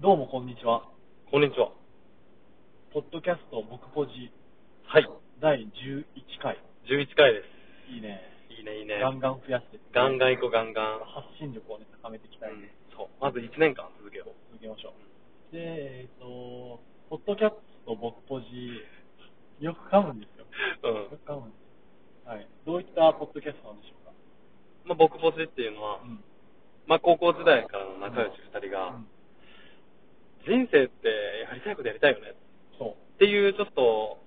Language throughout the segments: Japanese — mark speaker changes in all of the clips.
Speaker 1: どうもこんにちは。
Speaker 2: こんにちは。
Speaker 1: ポッドキャスト僕ポジ
Speaker 2: はい。
Speaker 1: 第11回。
Speaker 2: 11回で
Speaker 1: いいね。
Speaker 2: す。いいね、いいね。
Speaker 1: ガンガン増やして、
Speaker 2: ガンガン行こう、ガンガン。
Speaker 1: 発信力をね、高めていきたいんで、
Speaker 2: そう。まず1年間続けよう。
Speaker 1: 続けましょう。で、えっ、と、ポッドキャスト僕ポジ、よく噛むんですよ。
Speaker 2: うん
Speaker 1: よく噛むんですよ。はい。どういったポッドキャストなんでしょうか
Speaker 2: まあ、僕ポジっていうのは、
Speaker 1: うん。
Speaker 2: まあ、高校時代からの仲良し2人が、
Speaker 1: うん
Speaker 2: 人生ってやりたいことやりたいよね。
Speaker 1: そう。
Speaker 2: っていう、ちょっと、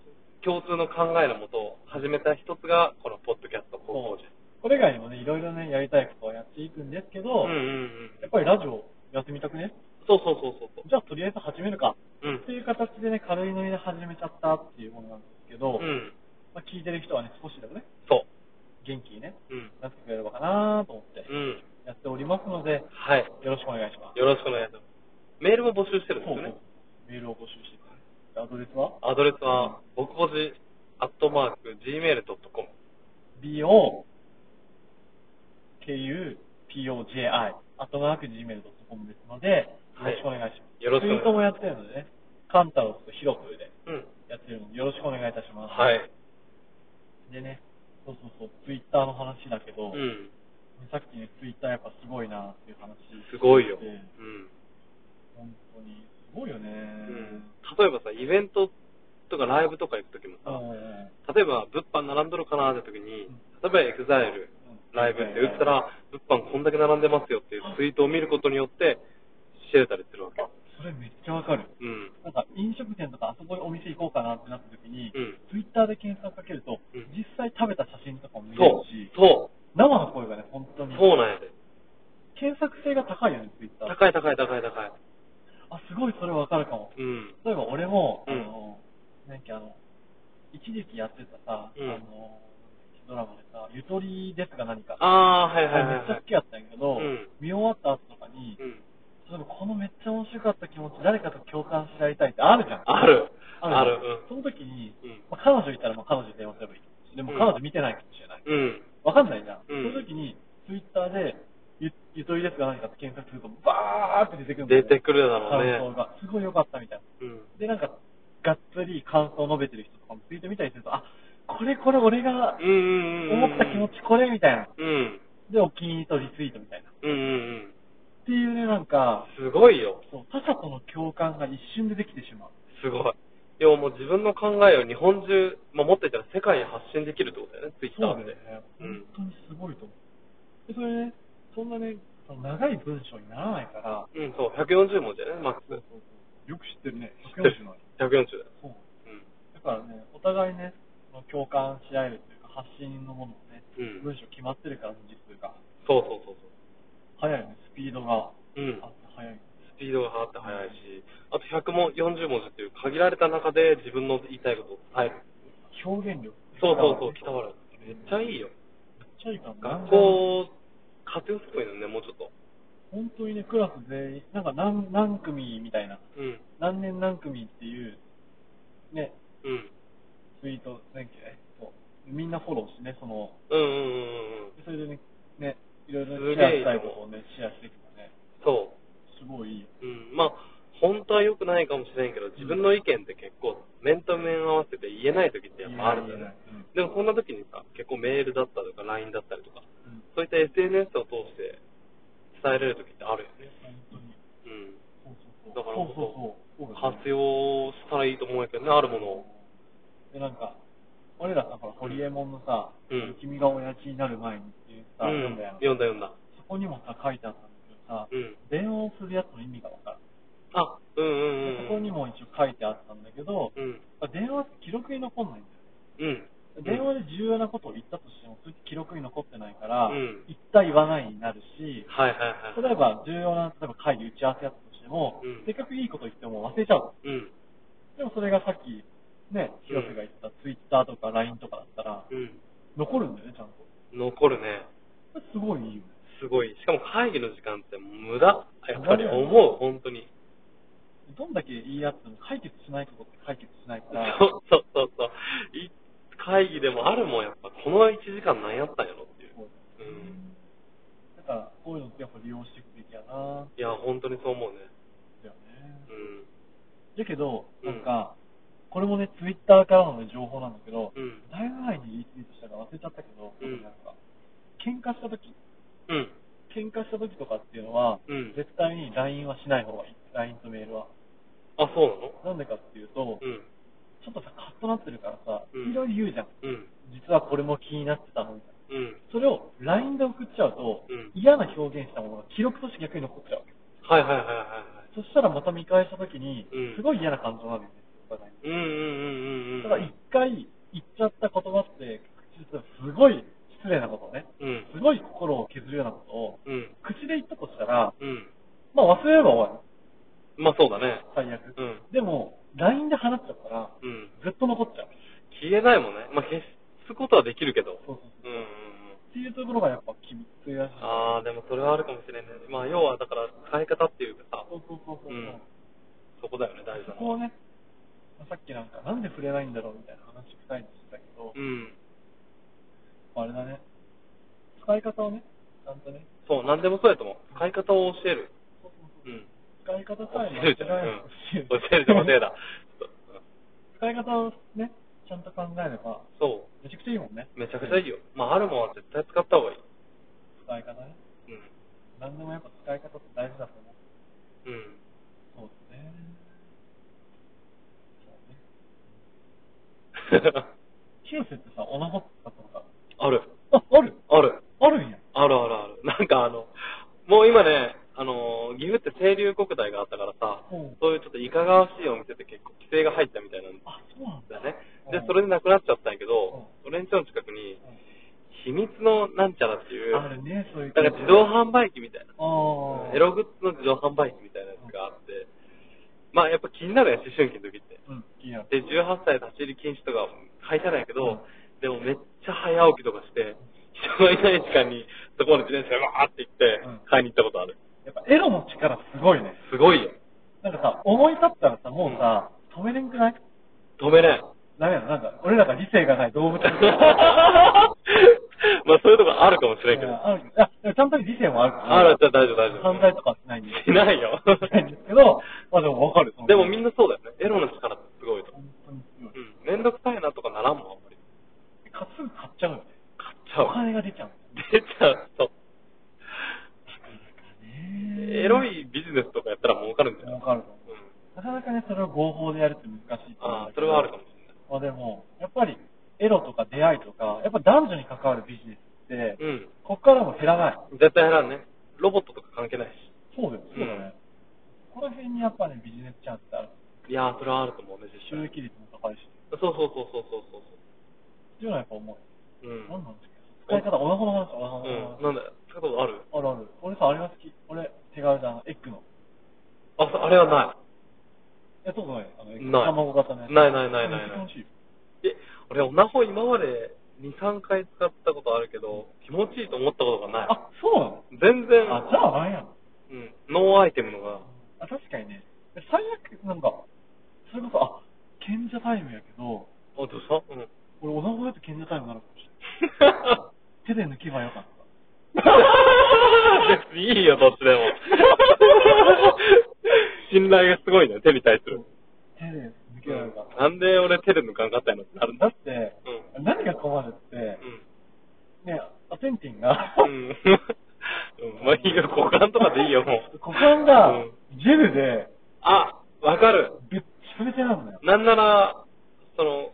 Speaker 2: 共通の考えのもと、始めた一つが、このポッドキャスト、高校時
Speaker 1: そうこれ以外にもね、いろいろね、やりたいことをやっていくんですけど、
Speaker 2: うんうんう
Speaker 1: やっ。
Speaker 2: ん
Speaker 1: ぱりラジオやってみたくね
Speaker 2: そうそうそうそうそう。
Speaker 1: じゃあとりあえず始めるか
Speaker 2: うん
Speaker 1: って。いう形でね、軽いノリで始めちゃったっていうものなんですけど、
Speaker 2: うん。
Speaker 1: まあ、聞いてる人はね、少しでもね、
Speaker 2: そ
Speaker 1: 元気にね、
Speaker 2: う。うん。
Speaker 1: なってくれればかなと思って
Speaker 2: うん。
Speaker 1: やっておりますので、
Speaker 2: はい。
Speaker 1: よろしくお願いします。
Speaker 2: よろしくお願いします。メールも募集してるんです
Speaker 1: そう
Speaker 2: よね。
Speaker 1: メールを募集してます。でアドレスは
Speaker 2: アドレスは、僕ぼじ、アットマーク、gmail.com。
Speaker 1: bokupoji、アットマーク gmail.com ですので、よろしくお願いします。
Speaker 2: よろしくお
Speaker 1: ツイ
Speaker 2: 願いします
Speaker 1: ートもやってるのでね、カンタロスとヒロプーで
Speaker 2: うん。
Speaker 1: やってるので、よろしくお願いいたします。
Speaker 2: はい。
Speaker 1: でね、そうそうそう、ツイッターの話だけ
Speaker 2: う
Speaker 1: ど、
Speaker 2: ん。
Speaker 1: さっきね、ツイッターやっぱすごいなっていう話。
Speaker 2: すごいよ。う
Speaker 1: で
Speaker 2: ん。
Speaker 1: 本当に、すごいよね。う
Speaker 2: うん。例えばさ、イベントとかライブとか行くときも
Speaker 1: う
Speaker 2: さ、
Speaker 1: ん
Speaker 2: 例えば物販並んどるかなってときに
Speaker 1: うん、
Speaker 2: 例えばエグザイル、ライブって打ったら、物販こんだけ並んでますよっていうツイートを見ることによって、知れたりするわけ。
Speaker 1: それめっちゃわかる。
Speaker 2: うん。
Speaker 1: なんか飲食店とかあそこにお店行こうかなってなった時に、
Speaker 2: うん。
Speaker 1: ツイッターで検索かけると、
Speaker 2: うん
Speaker 1: 実際食べた写真とかも見れる
Speaker 2: そう
Speaker 1: し、。
Speaker 2: そ
Speaker 1: 生の声がね、本当
Speaker 2: う。
Speaker 1: に。
Speaker 2: そうなんやで。
Speaker 1: 検索性が高いよね、ツイッター。
Speaker 2: 高い高い高い高い。
Speaker 1: あ、すごいそれわかるかも。
Speaker 2: うん。
Speaker 1: 例えば俺も、
Speaker 2: うん
Speaker 1: あの、なんかあの、一時期やってたさ、
Speaker 2: うん
Speaker 1: あの、ドラマでさ、ゆとりですが何か。
Speaker 2: あー、はいはい
Speaker 1: あ
Speaker 2: はい
Speaker 1: れめっち
Speaker 2: は
Speaker 1: ゃ
Speaker 2: い
Speaker 1: 好。きやったんやけど、
Speaker 2: うん
Speaker 1: 見終わった後とかに、
Speaker 2: うん。
Speaker 1: 例えばこのめっちゃ面白かった気持ち、誰かと共感し合いたいってあるじゃん。
Speaker 2: ある。
Speaker 1: ある
Speaker 2: ある。
Speaker 1: その時に、
Speaker 2: うん。
Speaker 1: まあ、彼女いたらまあ彼女に電話すればいいし。でも
Speaker 2: うん
Speaker 1: 彼女見てないかもしれない。
Speaker 2: うん。うん。
Speaker 1: わかんないじゃん。
Speaker 2: うん
Speaker 1: その時に、ツイッターで、ゆゆとりですが何かって検索すると、バーって出てくるんだ
Speaker 2: 出
Speaker 1: よ、
Speaker 2: てくるだろう
Speaker 1: 感想
Speaker 2: ね。
Speaker 1: が。すごい良かったみたいな。
Speaker 2: うん。
Speaker 1: で、なんか、がっつり感想を述べてる人とかもツイート見たりすると、あ、これこれ俺が
Speaker 2: うんうんうん。
Speaker 1: 思った気持ちこれみたいな。
Speaker 2: うん。
Speaker 1: で、お気に入りとリツイートみたいな。っ
Speaker 2: うんうんうん。
Speaker 1: ていうね、なんか、
Speaker 2: すごいよ。
Speaker 1: そう、他者との共感が一瞬でできてしまう。
Speaker 2: すごい。要はもう自分の考えを日本中、まあ、持ってたら世界に発信できるってことだよね、ツイッター
Speaker 1: そう
Speaker 2: っ
Speaker 1: だよ
Speaker 2: て。
Speaker 1: ね。
Speaker 2: うん
Speaker 1: 本当にすごいと思う。で、それね、そんなね、その長い文章にならないから、
Speaker 2: うん、そう、140文字だよね、マックス。
Speaker 1: よく知ってるね。
Speaker 2: 知ってる
Speaker 1: 140のある
Speaker 2: 140だよ。
Speaker 1: そう。
Speaker 2: うん。
Speaker 1: だからね、お互いね、その共感し合えるというか、発信のものをね、
Speaker 2: うん
Speaker 1: 文章決まってるから、実というか、
Speaker 2: そうそうそう
Speaker 1: 早いよね、スピードが。
Speaker 2: そう。うん
Speaker 1: あ。早い。
Speaker 2: スピードが上がって速いし、あと100も40文字っていう限られた中で自分の言いたいことを伝える。
Speaker 1: 表現力。
Speaker 2: そうそうそう、伝わる。
Speaker 1: め
Speaker 2: め
Speaker 1: っ
Speaker 2: っ
Speaker 1: ち
Speaker 2: ちゃいいよ。
Speaker 1: ゃいいかも。
Speaker 2: 学校、活用すればいいのにね、もうちょっと。
Speaker 1: 本当にね、クラス全員、なんか何何組みたいな、
Speaker 2: うん。
Speaker 1: 何年何組っていう、ね、
Speaker 2: うん。
Speaker 1: ツイート、ね、そうみんなフォローしてね、その、
Speaker 2: うんうんうんうんうん。
Speaker 1: それでね、ねいろいろ
Speaker 2: す
Speaker 1: シ
Speaker 2: げえ
Speaker 1: ェアしたいことをね、シェアしていくのね、
Speaker 2: そ
Speaker 1: すごいいいよ。
Speaker 2: う。うん。まあ、本当は良くないかもしれんけど、自分の意見って結構、面と面合わせて言えない時ってやっぱあるんだよね。でもそんな時にさ、結構メールだったりとか、LINE だったりとか、
Speaker 1: うん
Speaker 2: そういった SNS を通して伝えれる時ってあるよね。
Speaker 1: 本当に。そうそうそう。
Speaker 2: だから
Speaker 1: そうそうそう。そ
Speaker 2: うん。
Speaker 1: うだね
Speaker 2: 活用したらいいと思うんやけどね、あるものを。
Speaker 1: で、なんか、俺らさ、ほら、ホリエモンのさ、
Speaker 2: うん
Speaker 1: 君が親父になる前にっていうさ、
Speaker 2: う
Speaker 1: 読ん
Speaker 2: ん。
Speaker 1: だやん。
Speaker 2: 読んだ読んだ。
Speaker 1: そこにもさ、書いてあったんだけどさ、
Speaker 2: うん。
Speaker 1: 電話をするやつの意味がわかる。
Speaker 2: あ、うんうんうん
Speaker 1: で
Speaker 2: うん。
Speaker 1: そこにも一応書いてあったんだけど、
Speaker 2: うん。
Speaker 1: まあ電話って記録に残んないんだよね。
Speaker 2: うん。
Speaker 1: 電話で重要なことを言ったとしても、それって記録に残ってないから、
Speaker 2: うん
Speaker 1: 言った言わないになるし、
Speaker 2: はいはいはい。
Speaker 1: 例えば重要な、例えば会議打ち合わせやったとしても、
Speaker 2: うん
Speaker 1: せっかくいいこと言っても忘れちゃう。
Speaker 2: うん。
Speaker 1: でもそれがさっき、ね、広瀬が言った Twitter とか LINE とかだったら、
Speaker 2: うん。
Speaker 1: 残るんだよね、ちゃんと。
Speaker 2: 残るね。
Speaker 1: これすごいいいよね。
Speaker 2: すごい。しかも会議の時間って無駄。やっぱり思
Speaker 1: 無駄だよ
Speaker 2: う、本当に。
Speaker 1: どんだけ言い合っても解決しないことって解決しないから、
Speaker 2: そうそうそうそう。い会議でもあるもん、やっぱ。この1時間何やったんやろっていう。うん。
Speaker 1: だから、こういうのってやっぱ利用していくべきやなぁ。
Speaker 2: いや、本当にそう思うね。
Speaker 1: だよね。だけど、
Speaker 2: うん
Speaker 1: なんか、これもね、ツイッターからのね、情報なんだけど、
Speaker 2: うん。
Speaker 1: だいぶ前にリツイートしたから忘れちゃったけど、
Speaker 2: うん
Speaker 1: なんか、喧嘩した時、
Speaker 2: うん。
Speaker 1: 喧嘩した時とかっていうのは、
Speaker 2: うん
Speaker 1: 絶対に LINE はしない方がいい。LINE とメールは。
Speaker 2: あ、そうな
Speaker 1: な
Speaker 2: の
Speaker 1: んでかっていうと、
Speaker 2: うん。
Speaker 1: ちょっとさ、カッとなってるからさ、
Speaker 2: うん
Speaker 1: いろいろ言うじゃん。
Speaker 2: うん。
Speaker 1: 実はこれも気になってたのみたいな。
Speaker 2: うん。
Speaker 1: それを LINE で送っちゃうと、
Speaker 2: うん
Speaker 1: 嫌な表現したものが記録として逆に残っちゃうわけ。
Speaker 2: はいはいはいはいはい。
Speaker 1: そしたらまた見返した時に、
Speaker 2: うん
Speaker 1: すごい嫌な感情になるよね、お互いに
Speaker 2: うんうんうんうんうん。
Speaker 1: ただ一回言っちゃった言葉って、実はすごい失礼なことね。
Speaker 2: うん。
Speaker 1: すごい心を削るようなことを、
Speaker 2: うん。
Speaker 1: 口で言ったとしたら、
Speaker 2: うん。
Speaker 1: まあ忘れれば終わ
Speaker 2: まあそうだね。
Speaker 1: り。最悪。
Speaker 2: うん。
Speaker 1: でも、LINE で話しちゃったら、
Speaker 2: うん。
Speaker 1: ずっと残っちゃう。
Speaker 2: 消えないもんね。まあ消すことはできるけど。
Speaker 1: そうそう
Speaker 2: う
Speaker 1: そ
Speaker 2: ん
Speaker 1: う。
Speaker 2: うんうん。
Speaker 1: っていうところがやっぱ君というらしい。
Speaker 2: ああ、でもそれはあるかもしれない。まあ要はだから使い方っていうかさ、
Speaker 1: そうそうそうそう。
Speaker 2: うんそこだよね、大事
Speaker 1: そ
Speaker 2: な
Speaker 1: こ
Speaker 2: のは。
Speaker 1: をね、まあさっきなんか、なんで触れないんだろうみたいな話したいんでしたけど、
Speaker 2: うん。
Speaker 1: まああれだね、使い方をね、ちゃんとね、
Speaker 2: そう、なんでもそうやと思う。使い方を教える。
Speaker 1: そうそうそう
Speaker 2: うん。
Speaker 1: 使い方
Speaker 2: 教
Speaker 1: さえ
Speaker 2: えるじゃん。う
Speaker 1: 間
Speaker 2: ん
Speaker 1: 違えない
Speaker 2: 教えるじゃん、間違えた。
Speaker 1: 使い方をね、ちゃんと考えれば、
Speaker 2: そ
Speaker 1: めちゃくちゃいいもんね。
Speaker 2: う。めちゃくちゃいいよ。まああるもんは絶対使った方がいい。
Speaker 1: 使い方ね。なんでもやっぱ使い方って大事だと思う。
Speaker 2: うん。うん。
Speaker 1: そうですね。そうね。ヒロセってさ、おなごったとか。
Speaker 2: ある。
Speaker 1: あ、ある
Speaker 2: ある。
Speaker 1: あるんや。
Speaker 2: あるあるあ る。なんかあの、もう今ね、あのー、岐阜って清流国体があったからさ、
Speaker 1: うん
Speaker 2: そういうちょっといかがわしいお店って結構規制が入ったみたいなん
Speaker 1: あ、そうなんだ。
Speaker 2: だね。
Speaker 1: う
Speaker 2: で
Speaker 1: ん、
Speaker 2: それでなくなっちゃったんやけど、
Speaker 1: う
Speaker 2: 俺んちの近くに、秘密のなんちゃらっていう、
Speaker 1: あるね、そういう。
Speaker 2: なんか自動販売機みたいな、
Speaker 1: ああ。
Speaker 2: エログッズの自動販売機みたいなやつがあって、まあやっぱ気になるやん、思春期の時って。
Speaker 1: うん、いいや。
Speaker 2: で、18歳立ち入り禁止とか書いてないけ
Speaker 1: うん
Speaker 2: ど、でもめっちゃ早起きとかして、人がいない時間に、そこの自転車がわーって行って
Speaker 1: うん、
Speaker 2: 買いに行ったことある。
Speaker 1: やっぱエロの力すごいね。
Speaker 2: すごいよ。
Speaker 1: なんかさ、思い立ったらさ、もうさ、止めれんくない
Speaker 2: 止めない。
Speaker 1: ダメだ、なんか、俺らが理性がない動物
Speaker 2: まあそういうとこあるかもしれんけど。
Speaker 1: あるあでもちゃんと理性もあるから。
Speaker 2: あるある大丈夫大丈夫
Speaker 1: 犯罪とかはしないんで。
Speaker 2: しないよ。
Speaker 1: ないんですけど、まあでもわかる。
Speaker 2: でもみん
Speaker 1: な、
Speaker 2: なそうだよね。エロの力ってすごいと。
Speaker 1: 本当に強い。
Speaker 2: うん。めんどくさいなとかならんもん、あんまり。
Speaker 1: かすぐ買っちゃうよね。
Speaker 2: 買っちゃう
Speaker 1: お。金が出ちゃう。
Speaker 2: 出ちゃうと。
Speaker 1: ね
Speaker 2: エロいビジネスとかやったら儲かるんじゃな
Speaker 1: わ
Speaker 2: い
Speaker 1: かると思う
Speaker 2: うん。
Speaker 1: なかなかね、それを合法でやるって難しいと思うん
Speaker 2: あ
Speaker 1: だ
Speaker 2: あ、
Speaker 1: け
Speaker 2: そ
Speaker 1: ど
Speaker 2: れはあるかもしれない。
Speaker 1: まあでも、やっぱり、エロとか出会いとか、やっぱ男女に関わるビジネスって、
Speaker 2: うん。
Speaker 1: こっからも減らない。
Speaker 2: 絶対減らんね。ロボットとか関係ないし。
Speaker 1: そうだよ、そうだね。この辺にやっぱね、ビジネスチャンスってある。
Speaker 2: いやー、それはあると思うね、
Speaker 1: 収
Speaker 2: 実際。
Speaker 1: 益率も高いし。
Speaker 2: そうそうそうそうそうそう
Speaker 1: っていうのはやっぱ思
Speaker 2: そう。う
Speaker 1: う。
Speaker 2: ん。
Speaker 1: なんなんですか使い方、おなほの話、おなほの
Speaker 2: うん。
Speaker 1: 話。
Speaker 2: なんだよ。使ったことある
Speaker 1: あるある。俺さ、あれが好き。俺、手軽だな、エッグの。
Speaker 2: あ、そあれはない。
Speaker 1: え、そうだね。あの、エッグ
Speaker 2: ない
Speaker 1: 卵型のやつ。
Speaker 2: ないないないないない
Speaker 1: めっちゃ楽しいよ
Speaker 2: え、俺、オナホ今まで2、3回使ったことあるけど、気持ちいいと思ったことがない。
Speaker 1: あ、そうなの
Speaker 2: 全然、
Speaker 1: あ、じゃあなんやろ
Speaker 2: うん、ノーアイテムのが、
Speaker 1: あ、確かにね。最悪、なんか、それこそ、あ、賢者タイムやけど、
Speaker 2: あ、どうした うん。
Speaker 1: 俺、おなごやと賢者タイムになるかもしれない。手で抜けばよかった。
Speaker 2: 別にいいよ、どっちで も。信頼がすごいね、手に対する。
Speaker 1: 手で抜けばよかっ
Speaker 2: なんで俺手で抜かんかったんやろってな
Speaker 1: た。
Speaker 2: るん
Speaker 1: だ
Speaker 2: だ。
Speaker 1: って、
Speaker 2: う
Speaker 1: 何が困るって、ね、アセンティンが、
Speaker 2: ん。うん。うん。まあいいよ、股間とかでいいよ、もう。
Speaker 1: 股間が
Speaker 2: うん
Speaker 1: ジェルで、
Speaker 2: あ、わかる。
Speaker 1: べっちゃべちゃなんだよ。
Speaker 2: なんなら、その、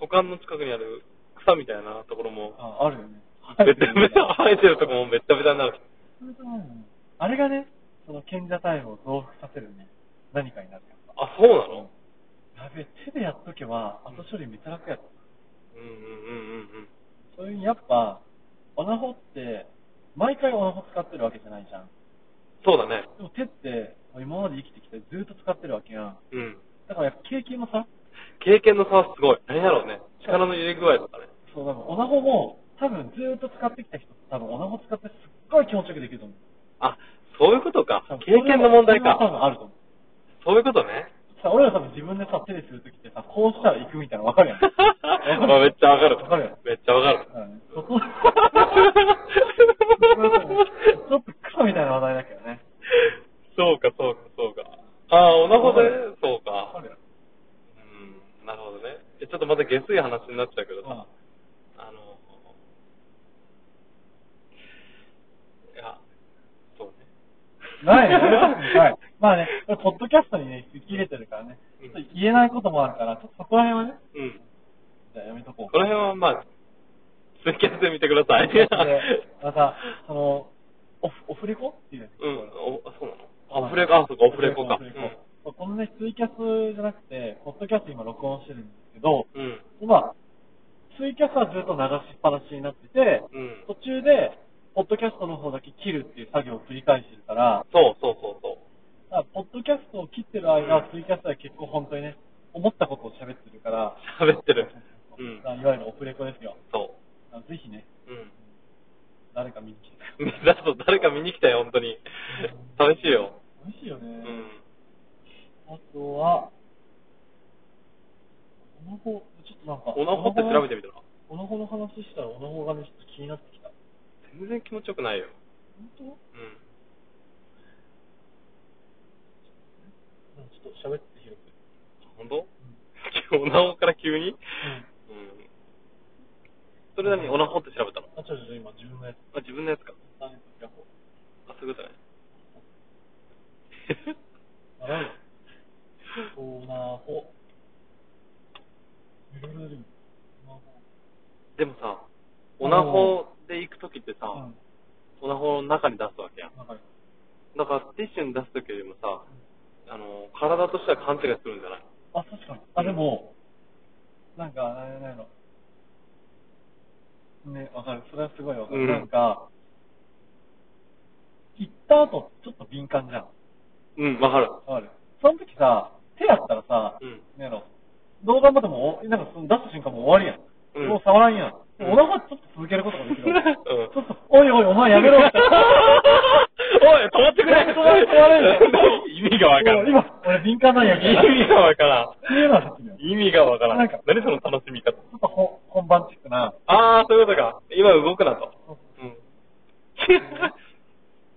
Speaker 2: 股間の近くにある草みたいなところも、
Speaker 1: あ、あるよね。
Speaker 2: べちゃべちゃ、生えてるとこもべっちゃべちゃになる。
Speaker 1: それともうあれがね、その賢者タイムを増幅させるね、何かになるから。
Speaker 2: あ、そうなの
Speaker 1: やべえ、手でやっとけば、後処理めっちゃ楽やった。
Speaker 2: うんうんうんうんうん。
Speaker 1: そういうふうにやっぱ、オナホって、毎回オナホ使ってるわけじゃないじゃん。
Speaker 2: そうだね。
Speaker 1: でも手って、今まで生きてきてずっと使ってるわけやん。
Speaker 2: うん。
Speaker 1: だからやっぱ経験もさ、
Speaker 2: 経験の差はすごい。何やろうね。力の入れ具合とかね。
Speaker 1: そう、だからオナホも、多分ずっと使ってきた人って多分オナホ使ってすっごい気持ちよくできると思う。
Speaker 2: あ、そういうことか
Speaker 1: 多。分
Speaker 2: 経験の問題
Speaker 1: それは多
Speaker 2: か。
Speaker 1: 分あると思う。
Speaker 2: そういうことね。
Speaker 1: さ、俺ら多分自分でさ、手でするときってさ、こうしたら行くみたいなの分かるやん。
Speaker 2: まあめっちゃわかる。
Speaker 1: わかるよ
Speaker 2: めっちゃわかる。
Speaker 1: うんそこちょっとクソみたいな話題だけどね。
Speaker 2: そうか、そうか、そうか。ああ、おなかで、そうか。下水話になっちゃうけどさ、あの、いや、そうね。
Speaker 1: ないね。はい。まあね、これポッドキャストにね、切れてるからね、ちょっと言えないこともあるから、ちょっとそこら辺はね、
Speaker 2: うん。
Speaker 1: じゃあやめとこう
Speaker 2: こ。の辺はまあ、ツイキャスで見てください。
Speaker 1: で、また、その、オフ、オフレコっていうやつ。
Speaker 2: うん、お、あそうなのオフレコ、あ、そうか、オフレコか。
Speaker 1: オフレコこのね、ツイキャスじゃなくて、ポッドキャスト今録音してるんですけど、
Speaker 2: うん。うん。
Speaker 1: 今、ツイキャスはずっと流しっぱなしになってて、
Speaker 2: うん
Speaker 1: 途中で、ポッドキャストの方だけ切るっていう作業を繰り返してるから、
Speaker 2: そうそうそうそう。
Speaker 1: だからポッドキャストを切ってる間、ツイキャスは結構本当にね、思ったことを喋ってるから、
Speaker 2: 喋ってる。う
Speaker 1: だ。
Speaker 2: ん
Speaker 1: からいわゆるオフレコですよ。
Speaker 2: そ
Speaker 1: だからぜひね、
Speaker 2: う。うん。
Speaker 1: 誰か見に来て。
Speaker 2: だと誰か見に来たよ、本当に。寂しいよ。
Speaker 1: 美味しいよね。
Speaker 2: うん。
Speaker 1: あとは、おのほ、ちょっとなんか、
Speaker 2: おなほって調べてみたら
Speaker 1: おのほの話したらおのほがね、ちょっと気になってきた。
Speaker 2: 全然気持ちよくないよ。
Speaker 1: 本
Speaker 2: うん。
Speaker 1: 当うんちょっと喋って広く。
Speaker 2: 本当、 おなほから急にうん。それなりにおなほって調べたの
Speaker 1: あ、ちょちょちょ、今自分のやつ、
Speaker 2: あ、自分のやつか。
Speaker 1: ダイエットキャホ。
Speaker 2: あ、すぐだね。
Speaker 1: あらよ。おなほ。いろいろいるよ。おなほ。
Speaker 2: でもさ、おなほで行くときってさ、
Speaker 1: うん。
Speaker 2: おなほの中に出すわけやん。
Speaker 1: なんか、
Speaker 2: だからティッシュに出すときよりもさ、あの、体としては勘違いするんじゃない
Speaker 1: あ、確かに。あ、でも、なんか、あれなんやろ。ね、わかる。それはすごいわかる。
Speaker 2: うん
Speaker 1: なんか、行った後、ちょっと敏感じゃん。
Speaker 2: うん、わかる。
Speaker 1: わかる。その時さ、手やったらさ、
Speaker 2: うん
Speaker 1: なんやろ。動画までも、おなんかその出す瞬間もう終わりやん。
Speaker 2: うん
Speaker 1: もう触らんやん。でも
Speaker 2: うん
Speaker 1: お腹ちょっと続けることができる。
Speaker 2: うん
Speaker 1: ちょっと、おいおい、お前や めろって。
Speaker 2: おい、止まってくれ
Speaker 1: 止まれ止まれ
Speaker 2: 意味がわからん。
Speaker 1: 今、俺敏感なんやけど。
Speaker 2: 意味がわからん。
Speaker 1: っていうのはできるよち
Speaker 2: 意味がわからん。
Speaker 1: なんか
Speaker 2: 何その楽しみ方。
Speaker 1: ょっと本本番チックな。
Speaker 2: あー、そういうことか。今動くなと。うん。
Speaker 1: っ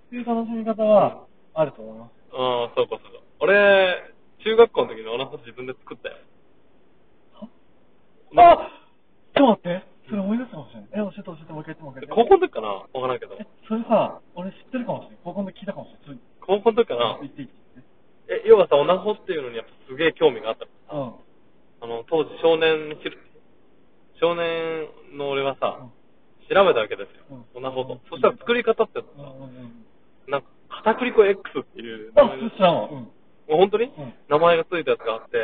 Speaker 1: ていう楽しみ方はあると思います。
Speaker 2: あー、そうかそうか。俺、中学校の時にお腹自分で作ったよ。
Speaker 1: あちょっと待って、それ思い出したかもしれない。え、教えて教えて、もう一回言ってもう一回言って。
Speaker 2: 高校の時かなわからんけど
Speaker 1: え。、それさ、俺知ってるかもしれない。高校の時聞いたかもしれない。
Speaker 2: 高校の時か
Speaker 1: そ
Speaker 2: な
Speaker 1: れ言って言って言って。
Speaker 2: え、要はさ、おなほっていうのにやっぱすげえ興味があった
Speaker 1: うん。
Speaker 2: の。あの、当時少年ひる、少年の俺はさ、
Speaker 1: うん
Speaker 2: 調べたわけですよ。
Speaker 1: う
Speaker 2: お
Speaker 1: ん
Speaker 2: なほと。そしたら作り方って、
Speaker 1: うんうんうん。
Speaker 2: なんか、片栗粉 X っていう
Speaker 1: あ
Speaker 2: 名前が、もう
Speaker 1: 知らんわ。うん。
Speaker 2: 本当に、
Speaker 1: うん
Speaker 2: 名前がついたやつがあって、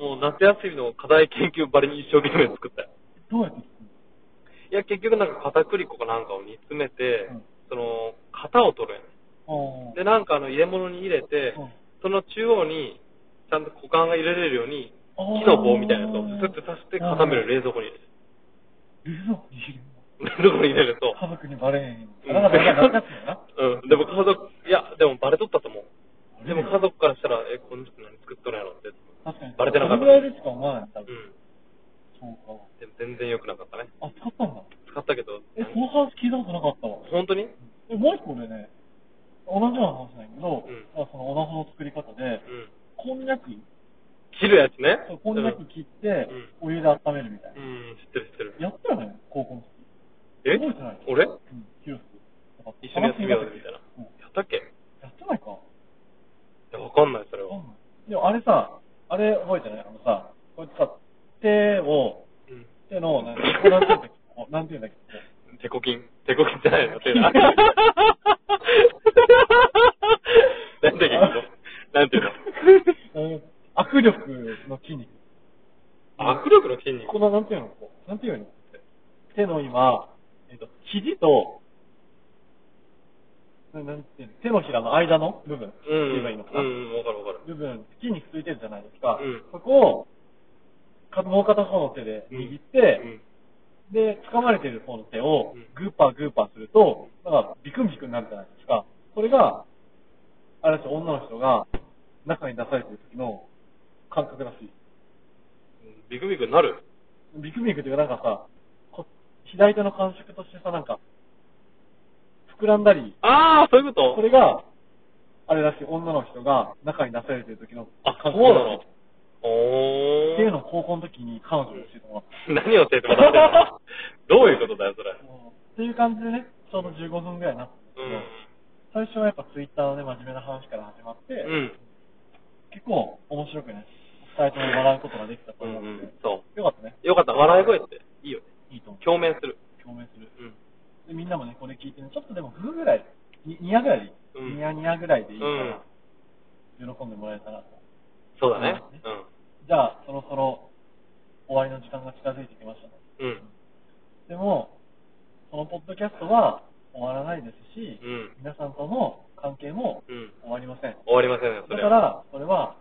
Speaker 1: うん
Speaker 2: もう夏休みの課題研究ばりに一生懸命作ったよ。
Speaker 1: どうやって
Speaker 2: いや、結局なんか片栗粉かなんかを煮詰めて、
Speaker 1: うん
Speaker 2: その、型を取るやん。
Speaker 1: 作
Speaker 2: で、
Speaker 1: る
Speaker 2: なんかあの入れ物に入れて、
Speaker 1: うん
Speaker 2: その中央に、ちゃんと股間が入れれるように、
Speaker 1: あー
Speaker 2: 木の棒みたいなやつをスッて刺して固める冷蔵庫に入れる。
Speaker 1: 冷蔵庫に入れる
Speaker 2: 冷蔵庫に入れると
Speaker 1: の。家族にバレへんよう
Speaker 2: う
Speaker 1: に。
Speaker 2: ん
Speaker 1: なんかなんか懐かしいよな。
Speaker 2: うん、でも家族、いや、でもバレとったと思う。
Speaker 1: バ
Speaker 2: で
Speaker 1: レる
Speaker 2: も家族からしたら、え、この人何作っとるんやろって。う
Speaker 1: 確かに。
Speaker 2: バレてなかった
Speaker 1: それぐらいでしか思わない。多分
Speaker 2: ん。
Speaker 1: そう
Speaker 2: でも全然良くなかった
Speaker 1: か。
Speaker 2: ね。
Speaker 1: あ、使ったんだ。
Speaker 2: 使ったけど、
Speaker 1: え、その話聞いたことなかったわ。
Speaker 2: 本当に
Speaker 1: え、もう一個でね、同じような話なんやけど、
Speaker 2: うん
Speaker 1: まあそのおなほの作り方で、
Speaker 2: うん。
Speaker 1: こんにゃく、
Speaker 2: 切るやつね
Speaker 1: そう。こんにゃく切って、
Speaker 2: う
Speaker 1: お湯で温めるみたい
Speaker 2: う
Speaker 1: な。
Speaker 2: ん、うん知ってる知ってる。
Speaker 1: やったよね、高校の時。
Speaker 2: え
Speaker 1: 覚えてない
Speaker 2: 俺
Speaker 1: うん、広瀬。
Speaker 2: 一緒にやってみようぜみたいな。
Speaker 1: うん
Speaker 2: やったっけい
Speaker 1: やってないか。
Speaker 2: や、わかんない、それは。
Speaker 1: うん。でもあれさ、あれ覚えてないあのさ、こうやってさ、手を、
Speaker 2: うん。
Speaker 1: 手の、なんてなんていうんだっけこうなんていうんだっけこ
Speaker 2: 手こきん。手こきんじゃないの手 が。なんて言うのなんて 言う
Speaker 1: ううん握力の筋肉。
Speaker 2: の握力の筋肉
Speaker 1: こ。の、なんていうのこうなんていうの手の今、えっ、と、肘と、ななんていうの手のひらの間の部分って
Speaker 2: うん。
Speaker 1: 言えばいいのかな、
Speaker 2: うん、うんわかるわかる。
Speaker 1: 部分、筋肉ついてるじゃないですか。
Speaker 2: うん
Speaker 1: そこを、かもう片方の手で握って、
Speaker 2: うん
Speaker 1: で、掴まれてる方の手を
Speaker 2: うん
Speaker 1: グーパーグーパーすると、だからビクンビクンになるじゃないですか。それが、あれですよ女の人が中に出されてる時の感覚らしい。
Speaker 2: ビクビクなる
Speaker 1: ビクビクというかなんかさ、こ左手の感触としてさ、なんか、膨らんだり、
Speaker 2: ああ、そういうこと
Speaker 1: これが、あれらしい、女の人が中に出されてる時の
Speaker 2: あ、そう
Speaker 1: 感
Speaker 2: な
Speaker 1: 覚らしい
Speaker 2: のおー。
Speaker 1: っていうのを高校の時に彼女に教えてもらった。
Speaker 2: 何を教えてもら ってんのどういうことだよ、それ。
Speaker 1: っていう感じでね、ちょうど15分ぐらいになったんですけど、最初はやっぱツイッターのね、真面目な話から始まって、
Speaker 2: うん。うん。
Speaker 1: 結構面白くね、二人とも笑うことができたと思うので、
Speaker 2: うんうんそ
Speaker 1: よかったね。
Speaker 2: よかった、笑い声って。いいよね。
Speaker 1: いいと思う。
Speaker 2: 共鳴する。
Speaker 1: 共鳴する。
Speaker 2: うん。
Speaker 1: で、みんなもね、これ聞いてね、ちょっとでも、ふぐぐらい、にニヤぐらいでいい。
Speaker 2: うん
Speaker 1: ニヤニヤぐらいでいいか
Speaker 2: うん
Speaker 1: ら、喜んでもらえたらと。
Speaker 2: そうだね。
Speaker 1: じゃあ、そろそろ終わりの時間が近づいてきましたね。
Speaker 2: うん。うん。
Speaker 1: でも、このポッドキャストは終わらないですし、
Speaker 2: うん
Speaker 1: 皆さんとの関係も
Speaker 2: うん。
Speaker 1: 終わりません。
Speaker 2: 終わりませんよ、そ
Speaker 1: だ
Speaker 2: れ
Speaker 1: か
Speaker 2: は。
Speaker 1: ら、それは、